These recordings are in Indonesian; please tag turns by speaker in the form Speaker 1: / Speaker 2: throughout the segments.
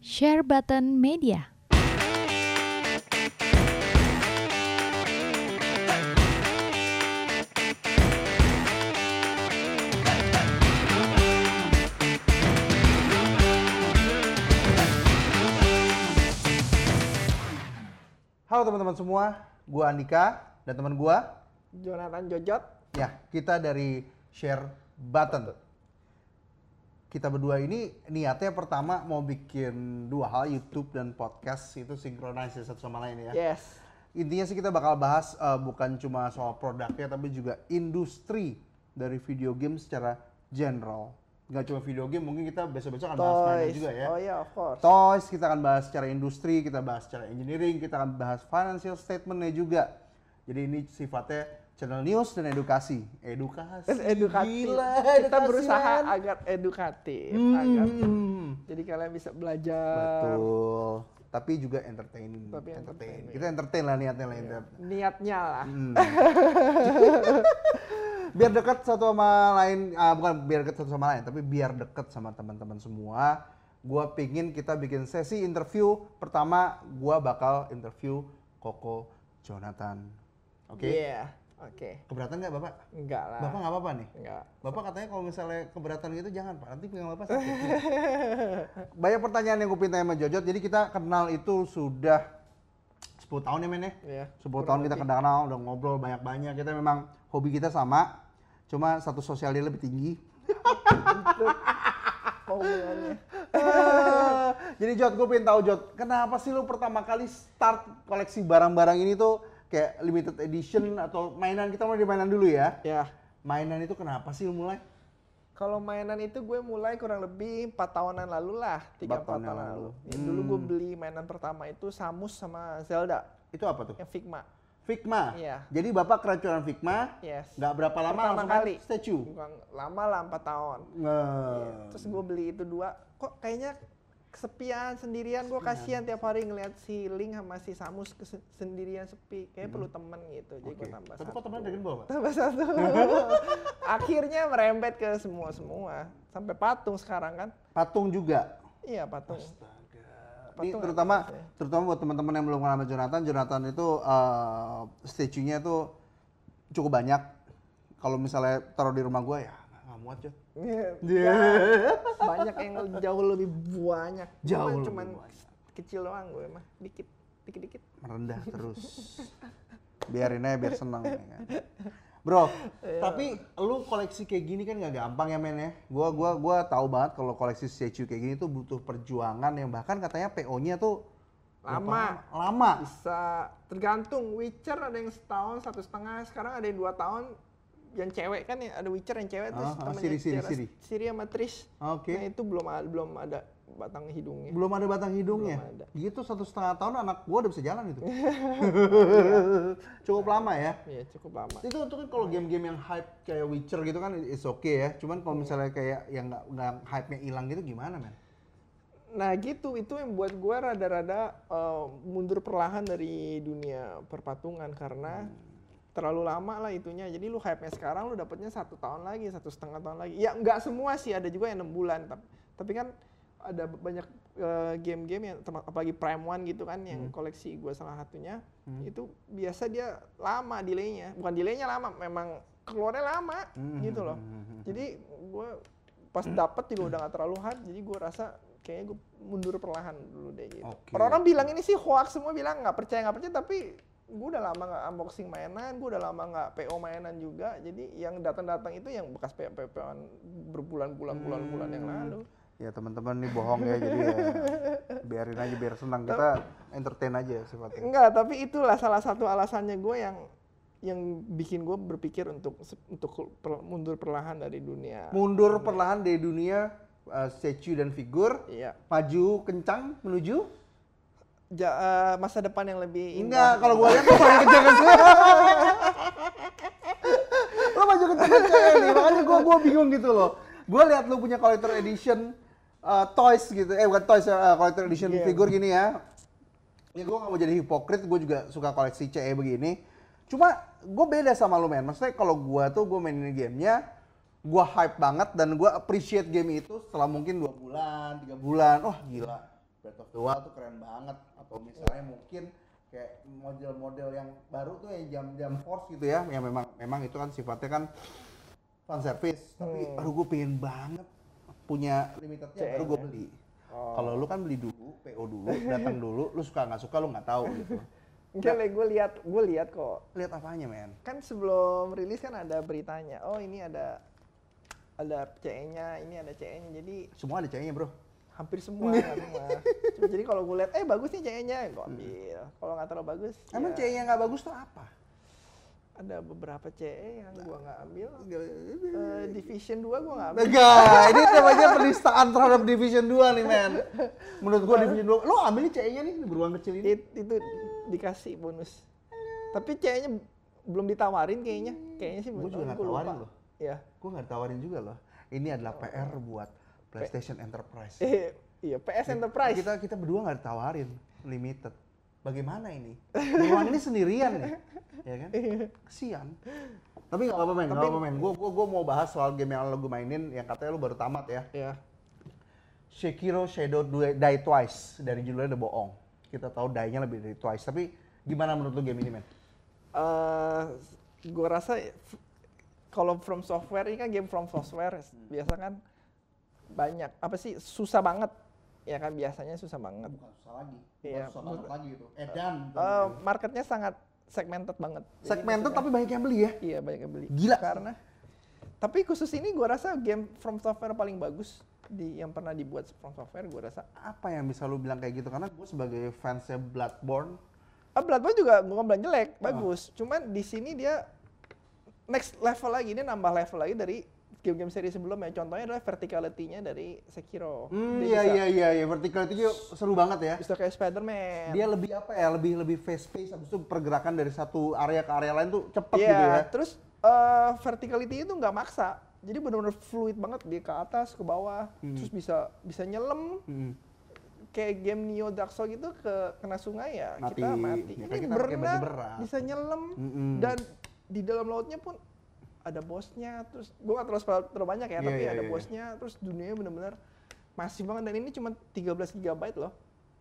Speaker 1: Share Button Media.
Speaker 2: Halo teman-teman semua, gua Andika dan teman gua,
Speaker 3: Jonathan Jojot.
Speaker 2: ya kita dari Share Button. Kita berdua ini niatnya pertama mau bikin dua hal YouTube dan podcast itu sinkronis ya satu sama lain ya.
Speaker 3: Yes.
Speaker 2: Intinya sih kita bakal bahas eh, bukan cuma soal produknya tapi juga industri dari video game secara general. Gak cuma video game, mungkin kita besok-besok akan bahas mainan
Speaker 3: Toys.
Speaker 2: juga ya.
Speaker 3: Oh iya, of course.
Speaker 2: Toys, kita akan bahas secara industri, kita bahas secara engineering, kita akan bahas financial statementnya juga. Jadi ini sifatnya channel news dan edukasi. Edukasi.
Speaker 3: Terus edukatif.
Speaker 2: Gila,
Speaker 3: Kita
Speaker 2: edukasi,
Speaker 3: berusaha
Speaker 2: men.
Speaker 3: agar edukatif, agar
Speaker 2: Hmm.
Speaker 3: jadi kalian bisa belajar.
Speaker 2: Betul. Tapi juga entertaining.
Speaker 3: Tapi entertain.
Speaker 2: Kita entertain lah niatnya lah. enter-
Speaker 3: Niatnya lah.
Speaker 2: Hmm. biar dekat satu sama lain, ah, bukan biar dekat satu sama lain, tapi biar dekat sama teman-teman semua. Gua pingin kita bikin sesi interview. Pertama, gua bakal interview Koko Jonathan. Oke?
Speaker 3: Iya. Ah. Oke.
Speaker 2: Keberatan nggak bapak?
Speaker 3: Enggak lah.
Speaker 2: Bapak nggak apa-apa nih.
Speaker 3: Enggak.
Speaker 2: Bapak katanya kalau misalnya keberatan gitu jangan pak, nanti pinggang bapak sakit. Banyak pertanyaan yang gue pinta sama Jojot, jadi kita kenal itu sudah 10 tahun ya men ya?
Speaker 3: Iya.
Speaker 2: 10 tahun kita kenal, udah ngobrol banyak-banyak. Kita memang hobi kita sama, cuma satu sosialnya lebih tinggi.
Speaker 3: Apa hubungannya?
Speaker 2: Eh, Jadi Jot, gue pengen tahu Jot, kenapa sih lu pertama kali start koleksi barang-barang ini tuh kayak limited edition atau mainan kita mulai di mainan dulu ya?
Speaker 3: ya.
Speaker 2: Mainan itu kenapa sih lu mulai?
Speaker 3: Kalau mainan itu gue mulai kurang lebih 4 tahunan lalu lah, 3
Speaker 2: Empat tahun
Speaker 3: 4 tahun
Speaker 2: yang
Speaker 3: lalu.
Speaker 2: lalu. Hmm.
Speaker 3: Ya, Dulu gue beli mainan pertama itu Samus sama Zelda
Speaker 2: Itu apa tuh?
Speaker 3: yang Figma.
Speaker 2: Figma.
Speaker 3: Iya.
Speaker 2: Jadi bapak keracunan Figma,
Speaker 3: Yes.
Speaker 2: nggak berapa lama
Speaker 3: Pertama
Speaker 2: langsung kan
Speaker 3: kali. Iya.
Speaker 2: statue.
Speaker 3: Bukan lama lah 4 tahun.
Speaker 2: Nge-
Speaker 3: Terus gue beli itu dua, kok kayaknya kesepian sendirian gue kasihan tiap hari ngeliat si Link sama si Samus kese- sendirian sepi kayak perlu temen gitu jadi gue
Speaker 2: Oke.
Speaker 3: tambah
Speaker 2: Tapi
Speaker 3: satu
Speaker 2: kok teman Dragon Ball, Pak?
Speaker 3: tambah satu akhirnya merembet ke semua semua sampai patung sekarang kan
Speaker 2: Patung juga.
Speaker 3: iya patung
Speaker 2: Ini
Speaker 3: Patung
Speaker 2: terutama terutama buat teman-teman yang belum kenal sama Jonathan, Jonathan itu eh statue-nya itu cukup banyak. Kalau misalnya taruh di rumah gue ya nggak muat Jot.
Speaker 3: Iya,
Speaker 2: Iya.
Speaker 3: banyak yang jauh lebih banyak
Speaker 2: Jauh
Speaker 3: Cuman-
Speaker 2: lebih
Speaker 3: cuman
Speaker 2: banyak.
Speaker 3: kecil doang gue mah dikit dikit dikit
Speaker 2: Merendah terus. Biarin aja biar senang. ya kan. Bro,
Speaker 3: Iya.
Speaker 2: tapi lu koleksi kayak gini kan nggak gampang ya men ya. Gua gua gua tahu banget kalau koleksi statue kayak gini tuh butuh perjuangan yang bahkan katanya PO-nya tuh
Speaker 3: Lama.
Speaker 2: Lama.
Speaker 3: bisa tergantung Witcher ada yang setahun satu setengah sekarang ada yang dua tahun yang cewek kan ya ada Witcher yang cewek
Speaker 2: Ah,
Speaker 3: terus
Speaker 2: ah,
Speaker 3: temennya
Speaker 2: Siri, Siri,
Speaker 3: Tiara-
Speaker 2: Siri.
Speaker 3: Siri sama Trish
Speaker 2: Oke.
Speaker 3: nah itu belum ada, belum ada batang hidungnya
Speaker 2: Belum ada batang hidungnya.
Speaker 3: Belum ada.
Speaker 2: Gitu satu setengah tahun anak gua udah bisa jalan itu. Cukup lama ya.
Speaker 3: ya cukup lama
Speaker 2: Itu untuk kan kalau game-game yang hype kayak Witcher gitu kan it's okay ya. Cuman
Speaker 3: Iya.
Speaker 2: kalau misalnya kayak yang nggak nggak hype-nya hilang gitu gimana men?
Speaker 3: nah gitu itu yang buat gue rada-rada eh, mundur perlahan dari dunia perpatungan karena terlalu lama lah itunya jadi lu hype nya sekarang lu dapetnya satu tahun lagi satu setengah tahun lagi ya nggak semua sih ada juga yang enam bulan tapi, tapi kan ada banyak eh, game-game yang terma- apalagi Prime One gitu kan yang koleksi gue salah satunya itu biasa dia lama delaynya bukan delaynya lama memang keluarnya lama
Speaker 2: Hmm,
Speaker 3: gitu loh jadi gue pas dapet juga udah nggak terlalu hard jadi gue rasa kayaknya gue mundur perlahan dulu deh gitu
Speaker 2: Oke.
Speaker 3: orang-orang bilang ini sih hoax semua bilang nggak percaya nggak percaya tapi gue udah lama nggak unboxing mainan gue udah lama nggak PO mainan juga jadi yang datang-datang itu yang bekas PO PO-an berbulan-bulan
Speaker 2: Hmm.
Speaker 3: bulan-bulan yang lalu
Speaker 2: Ya teman-teman ini bohong ya jadi ya biarin aja biar senang kita entertain aja ya sifatnya.
Speaker 3: enggak tapi itulah salah satu alasannya gue yang yang bikin gue berpikir untuk untuk per- mundur perlahan dari dunia
Speaker 2: Mundur perlahan dari dunia uh, statue dan figur,
Speaker 3: iya
Speaker 2: maju kencang menuju
Speaker 3: Ja- eh, masa depan yang lebih indah
Speaker 2: Enggak, kalau gue lihat lu maju kencang kan. kencang. lu maju kencang kencang nih, makanya gue gua bingung gitu loh. Gue lihat lu punya collector edition uh, toys gitu, eh bukan toys, uh, collector edition
Speaker 3: Game.
Speaker 2: figur gini ya. Ya gue gak mau jadi hipokrit, gue juga suka koleksi CE begini. Cuma gue beda sama lu men, maksudnya kalau gue tuh gue mainin gamenya, gue hype banget dan gue appreciate game itu setelah mungkin dua bulan, tiga bulan, wah gila. Breath of the Wild tuh keren banget atau misalnya mungkin kayak model-model yang baru tuh yang jam-jam force gitu ya yang memang memang itu kan sifatnya kan fan service tapi
Speaker 3: Hmm.
Speaker 2: aduh gue pengen banget punya limitednya baru
Speaker 3: CN
Speaker 2: gue
Speaker 3: ya?
Speaker 2: beli
Speaker 3: Oh.
Speaker 2: kalau lu kan beli dulu PO dulu datang dulu lu suka nggak suka lu nggak tahu gitu
Speaker 3: Enggak, gue lihat, gue lihat kok.
Speaker 2: lihat apanya men
Speaker 3: Kan sebelum rilis kan ada beritanya. Oh ini ada ada CE-nya, ini ada CE-nya. Jadi
Speaker 2: semua ada ceweknya bro
Speaker 3: hampir semua
Speaker 2: Iya.
Speaker 3: kan semua. Cuma jadi kalau gue lihat, eh bagus nih CE-nya, gue ambil. Kalau nggak terlalu bagus,
Speaker 2: Hmm. emang
Speaker 3: ya,
Speaker 2: ceweknya nggak bagus tuh apa
Speaker 3: ada beberapa CE yang
Speaker 2: Nah.
Speaker 3: gue nggak ambil. Eh, Division 2 gue nggak ambil.
Speaker 2: Enggak, Nah, ini namanya penistaan terhadap Division 2 nih, men. Menurut gua Division 2, lo ambil CE-nya nih di beruang kecil ini.
Speaker 3: It- itu dikasih bonus. Tapi CE-nya belum ditawarin kayaknya. Kayaknya sih
Speaker 2: Gua juga
Speaker 3: belum,
Speaker 2: nggak
Speaker 3: gua lupa.
Speaker 2: tawarin loh.
Speaker 3: Iya.
Speaker 2: Gua nggak ditawarin juga loh. Ini adalah PR buat PlayStation Enterprise.
Speaker 3: Eh, iya, PS Enterprise.
Speaker 2: Kita kita berdua nggak ditawarin, limited. Bagaimana ini? Beruang ini sendirian nih, ya kan?
Speaker 3: Iya.
Speaker 2: Kesian. Tapi nggak apa-apa men, nggak apa-apa men. Gue gua, gua mau bahas soal game yang lo gue mainin, yang katanya lo baru tamat ya.
Speaker 3: Iya.
Speaker 2: Sekiro Shadow Die, Die Twice dari judulnya udah bohong. Kita tahu die-nya lebih dari twice. Tapi gimana menurut lu game ini, men?
Speaker 3: eh gue rasa f- kalau from software ini kan game from software
Speaker 2: Hmm.
Speaker 3: biasa kan banyak apa sih susah banget ya kan biasanya susah banget
Speaker 2: Bukan susah lagi.
Speaker 3: Bukan Iya, susah banget
Speaker 2: lagi gitu. Edan.
Speaker 3: Eh marketnya sangat segmented banget Jadi
Speaker 2: Segmented
Speaker 3: maksudnya-
Speaker 2: tapi banyak yang beli ya.
Speaker 3: iya banyak yang beli
Speaker 2: Gila.
Speaker 3: karena tapi khusus ini gue rasa game from software paling bagus di yang pernah dibuat from software gue rasa
Speaker 2: Apa yang bisa lu bilang kayak gitu? Karena gue sebagai fansnya Bloodborne,
Speaker 3: Ah, Bloodborne juga gue bilang jelek,
Speaker 2: Ah.
Speaker 3: bagus. Cuman di sini dia next level lagi, dia nambah level lagi dari game-game seri sebelumnya. Contohnya adalah verticality-nya dari Sekiro.
Speaker 2: hmm,
Speaker 3: dia
Speaker 2: iya
Speaker 3: bisa,
Speaker 2: iya iya iya vertical itu juga seru banget ya.
Speaker 3: bisa kayak Spider-Man.
Speaker 2: Dia lebih apa ya? Lebih lebih fast pace habis itu pergerakan dari satu area ke area lain tuh cepet
Speaker 3: Iya,
Speaker 2: gitu ya.
Speaker 3: terus eh, verticality itu nggak maksa. Jadi benar-benar fluid banget dia ke atas, ke bawah, terus bisa bisa nyelam
Speaker 2: Hmm.
Speaker 3: kayak game Neo Dark Souls gitu ke kena sungai ya
Speaker 2: Mati.
Speaker 3: kita mati.
Speaker 2: Ya, kan
Speaker 3: Ini
Speaker 2: kita pakai baju
Speaker 3: berenang,
Speaker 2: berat.
Speaker 3: bisa nyelam
Speaker 2: Mm-mm.
Speaker 3: dan di dalam lautnya pun ada bosnya. Terus gua nggak terlalu spoil terlalu banyak ya,
Speaker 2: Iya,
Speaker 3: tapi
Speaker 2: iya,
Speaker 3: ada
Speaker 2: iya.
Speaker 3: bosnya. Terus dunianya benar-benar masif banget dan ini cuma 13 GB loh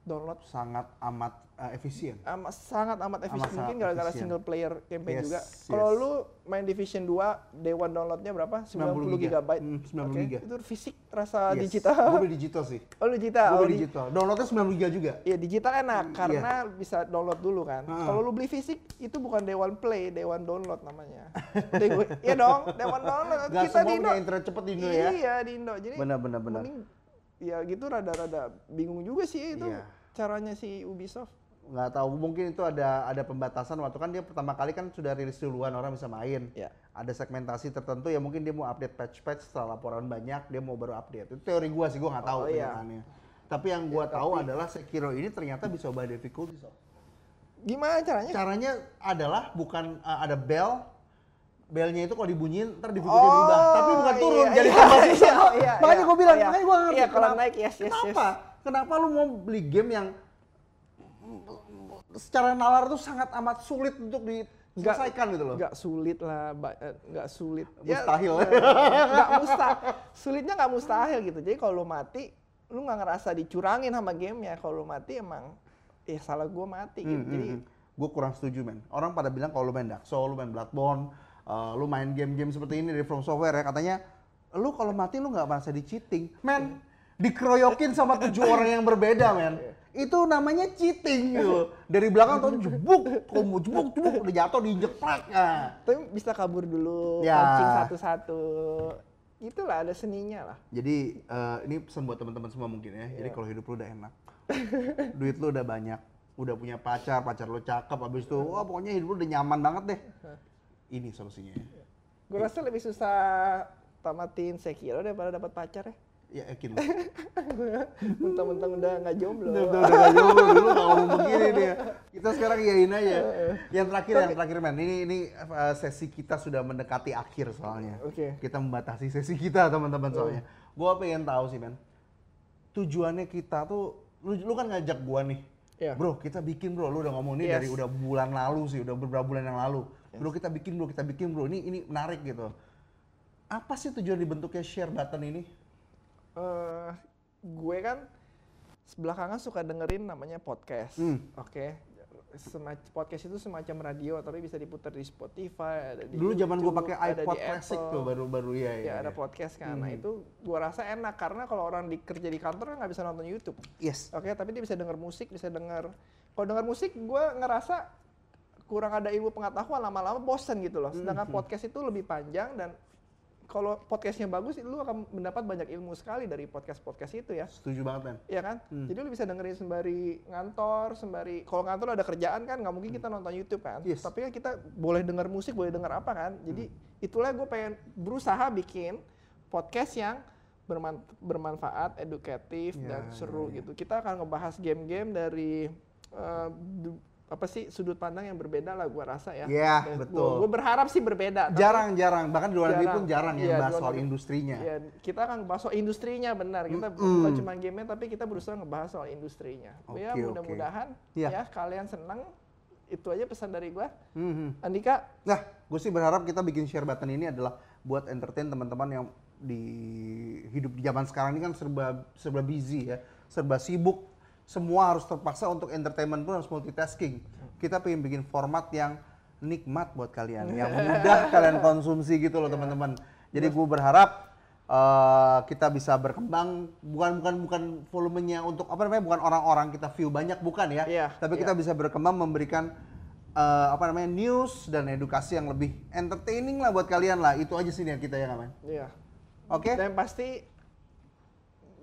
Speaker 3: download
Speaker 2: Sangat amat eh, efisien.
Speaker 3: Ama- sangat amat efisien
Speaker 2: sangat
Speaker 3: mungkin gara-gara
Speaker 2: efisien.
Speaker 3: single player campaign
Speaker 2: Yes,
Speaker 3: juga.
Speaker 2: yes.
Speaker 3: Kalau lu main Division 2, day one downloadnya berapa? 90
Speaker 2: 90
Speaker 3: GB.
Speaker 2: Hmm, 90
Speaker 3: Oke,
Speaker 2: giga.
Speaker 3: Itu fisik
Speaker 2: Yes.
Speaker 3: rasa
Speaker 2: Gua
Speaker 3: digital.
Speaker 2: udah digital sih.
Speaker 3: Oh lu digital.
Speaker 2: Gue
Speaker 3: oh, di-
Speaker 2: digital. Downloadnya 90 giga juga.
Speaker 3: Iya digital enak
Speaker 2: Iya. Ah.
Speaker 3: karena bisa download dulu kan.
Speaker 2: Heeh.
Speaker 3: Kalau lu beli fisik itu bukan day one play, day one download namanya. Day one- iya dong, day one download.
Speaker 2: Gak
Speaker 3: Kita
Speaker 2: semua
Speaker 3: di Indo.
Speaker 2: punya internet cepet di Indo ya.
Speaker 3: Iya di Indo. Jadi
Speaker 2: Benar benar benar.
Speaker 3: mending ya gitu rada-rada bingung juga sih itu
Speaker 2: Iya.
Speaker 3: caranya si Ubisoft.
Speaker 2: Nggak tahu mungkin itu ada ada pembatasan waktu kan dia pertama kali kan sudah rilis duluan orang bisa main.
Speaker 3: Ya.
Speaker 2: Ada segmentasi tertentu ya mungkin dia mau update patch-patch setelah laporan banyak dia mau baru update. Itu teori gua sih gua nggak tahu
Speaker 3: Oh, iya. Ya,
Speaker 2: kenyataannya. Tapi yang gua tahu adalah Sekiro ini ternyata bisa ubah difficulty. Sob.
Speaker 3: Gimana caranya?
Speaker 2: Caranya adalah bukan uh, ada bell belnya itu kalau dibunyiin ntar difficulty
Speaker 3: Oh,
Speaker 2: berubah, tapi bukan turun
Speaker 3: iya,
Speaker 2: jadi
Speaker 3: iya,
Speaker 2: tambah
Speaker 3: iya,
Speaker 2: susah.
Speaker 3: iya,
Speaker 2: makanya
Speaker 3: iya,
Speaker 2: gua bilang,
Speaker 3: iya.
Speaker 2: makanya gua ngerti
Speaker 3: Iya, kalau
Speaker 2: kenapa-
Speaker 3: naik, yes, yes,
Speaker 2: kenapa? Kenapa lu mau beli game yang secara nalar tuh sangat amat sulit untuk diselesaikan gitu loh.
Speaker 3: Nggak sulit lah, ba- eh, nggak sulit.
Speaker 2: Mustahil.
Speaker 3: Ya, nggak- nggak mustahil. Sulitnya nggak mustahil gitu. Jadi kalau lu mati, lu nggak ngerasa dicurangin sama gamenya. Kalau lu mati emang, ya salah gua mati gitu. Jadi
Speaker 2: Gue kurang setuju men. Orang pada bilang kalau lu main Dark Souls, lu main Bloodborne, eh, lu main game-game seperti ini dari From Software ya katanya lu kalau mati lu nggak merasa di cheating. Men, dikeroyokin sama tujuh orang yang berbeda men. Itu namanya cheating gitu. Dari belakang tuh jebuk, kamu jebuk, jebuk, udah jatuh diinjek plak. Nah.
Speaker 3: tapi bisa kabur dulu,
Speaker 2: Ya.
Speaker 3: pancing satu-satu. Itulah ada seninya lah.
Speaker 2: Jadi eh, ini pesan buat teman-teman semua mungkin ya. Jadi kalau hidup lu udah enak, duit lu udah banyak, udah punya pacar, pacar lu cakep, habis itu wah pokoknya hidup lu udah nyaman banget deh. Ini solusinya. ya.
Speaker 3: Gue rasa lebih susah tamatin Sekiro daripada dapat pacar ya.
Speaker 2: Ya yakin lu.
Speaker 3: Mentang-mentang udah nggak jomblo.
Speaker 2: Udah udah udah dulu dulu nggak ngomong begini dia. Kita sekarang yain aja. Yang terakhir yang terakhir men. Ini ini eh, sesi kita sudah mendekati akhir soalnya.
Speaker 3: Oke.
Speaker 2: Kita membatasi sesi kita teman-teman soalnya. Gua pengen tahu sih men. Tujuannya kita tuh lu, lu kan ngajak gua nih.
Speaker 3: Iya.
Speaker 2: Bro, kita bikin bro. Lu udah ngomong ini
Speaker 3: Yes.
Speaker 2: dari udah bulan lalu sih, udah beberapa bulan yang lalu. Bro, kita bikin bro, kita bikin bro. Ini ini menarik gitu. Apa sih tujuan dibentuknya share button ini?
Speaker 3: eh gue Eh, kan belakangan suka dengerin namanya podcast.
Speaker 2: Hmm.
Speaker 3: Oke. Semac- podcast itu semacam radio tapi bisa diputar di Spotify, ada di
Speaker 2: Dulu zaman gue
Speaker 3: YouTube,
Speaker 2: pakai
Speaker 3: ada di
Speaker 2: iPod Classic
Speaker 3: Apple.
Speaker 2: tuh Hmm. baru-baru ya.
Speaker 3: Ya, ada podcast kan. Nah, itu gua rasa enak karena kalau orang di kerja di kantor kan nggak bisa nonton YouTube.
Speaker 2: Yes.
Speaker 3: Oke, tapi dia bisa denger musik, bisa denger. Kalau denger musik gua ngerasa kurang ada ilmu pengetahuan lama-lama bosen gitu loh. Sedangkan podcast itu lebih panjang dan kalau podcastnya bagus, lu akan mendapat banyak ilmu sekali dari podcast-podcast itu ya.
Speaker 2: Setuju banget men.
Speaker 3: Iya kan?
Speaker 2: Hmm.
Speaker 3: Jadi lu bisa dengerin sembari ngantor, sembari kalau ngantor ada kerjaan kan nggak mungkin kita nonton YouTube kan.
Speaker 2: Hmm. Yes.
Speaker 3: Tapi kan kita boleh denger musik, boleh denger apa kan. Jadi
Speaker 2: Hmm.
Speaker 3: itulah gue pengen berusaha bikin podcast yang berman- bermanfaat, edukatif
Speaker 2: Ya,
Speaker 3: dan
Speaker 2: ya,
Speaker 3: seru gitu. Kita akan ngebahas game-game dari eh, du- apa sih sudut pandang yang berbeda lah gue rasa ya.
Speaker 2: Ya, betul.
Speaker 3: Gue berharap sih berbeda. tapi-
Speaker 2: Jarang-jarang, bahkan di luar negeri
Speaker 3: Jarang.
Speaker 2: pun jarang
Speaker 3: Iya,
Speaker 2: yang
Speaker 3: di
Speaker 2: bahas
Speaker 3: luar
Speaker 2: soal
Speaker 3: negeri.
Speaker 2: industrinya.
Speaker 3: Ya, kita akan bahas soal industrinya benar. Kita bukan cuma gamenya tapi kita berusaha ngebahas soal industrinya. ya
Speaker 2: Oke, oke.
Speaker 3: mudah-mudahan
Speaker 2: Iya.
Speaker 3: ya kalian senang. Itu aja pesan dari gua.
Speaker 2: Mhm.
Speaker 3: Andika,
Speaker 2: Nah, gue sih berharap kita bikin share button ini adalah buat entertain teman-teman yang di hidup di zaman sekarang ini kan serba serba busy ya, serba sibuk. Semua harus terpaksa untuk entertainment pun harus multitasking. Kita pengen bikin format yang nikmat buat kalian, yang mudah kalian konsumsi gitu loh teman-teman. Jadi gue berharap eh, kita bisa berkembang bukan bukan bukan volumenya untuk apa namanya bukan orang-orang kita view banyak bukan ya,
Speaker 3: Iya,
Speaker 2: tapi kita bisa berkembang memberikan eh, apa namanya news dan edukasi yang lebih entertaining lah buat kalian lah itu aja sih niat kita ya kawan
Speaker 3: ya.
Speaker 2: oke
Speaker 3: Dan pasti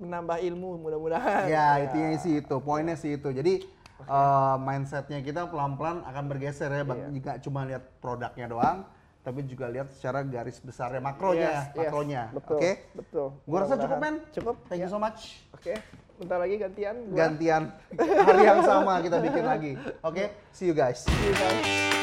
Speaker 3: menambah ilmu mudah-mudahan.
Speaker 2: ya intinya sih itu poinnya sih itu jadi eh, mindsetnya kita pelan-pelan akan bergeser ya bang
Speaker 3: Iya.
Speaker 2: jika cuma lihat produknya doang tapi juga lihat secara garis besarnya
Speaker 3: Yes,
Speaker 2: makronya
Speaker 3: yes.
Speaker 2: makronya
Speaker 3: Betul,
Speaker 2: oke
Speaker 3: Betul.
Speaker 2: gua rasa cukup men
Speaker 3: Mudah-mudahan. Cukup.
Speaker 2: thank you so much
Speaker 3: Oke. Bentar lagi gantian gua.
Speaker 2: gantian hari yang sama kita bikin lagi oke see you guys
Speaker 3: Ganti.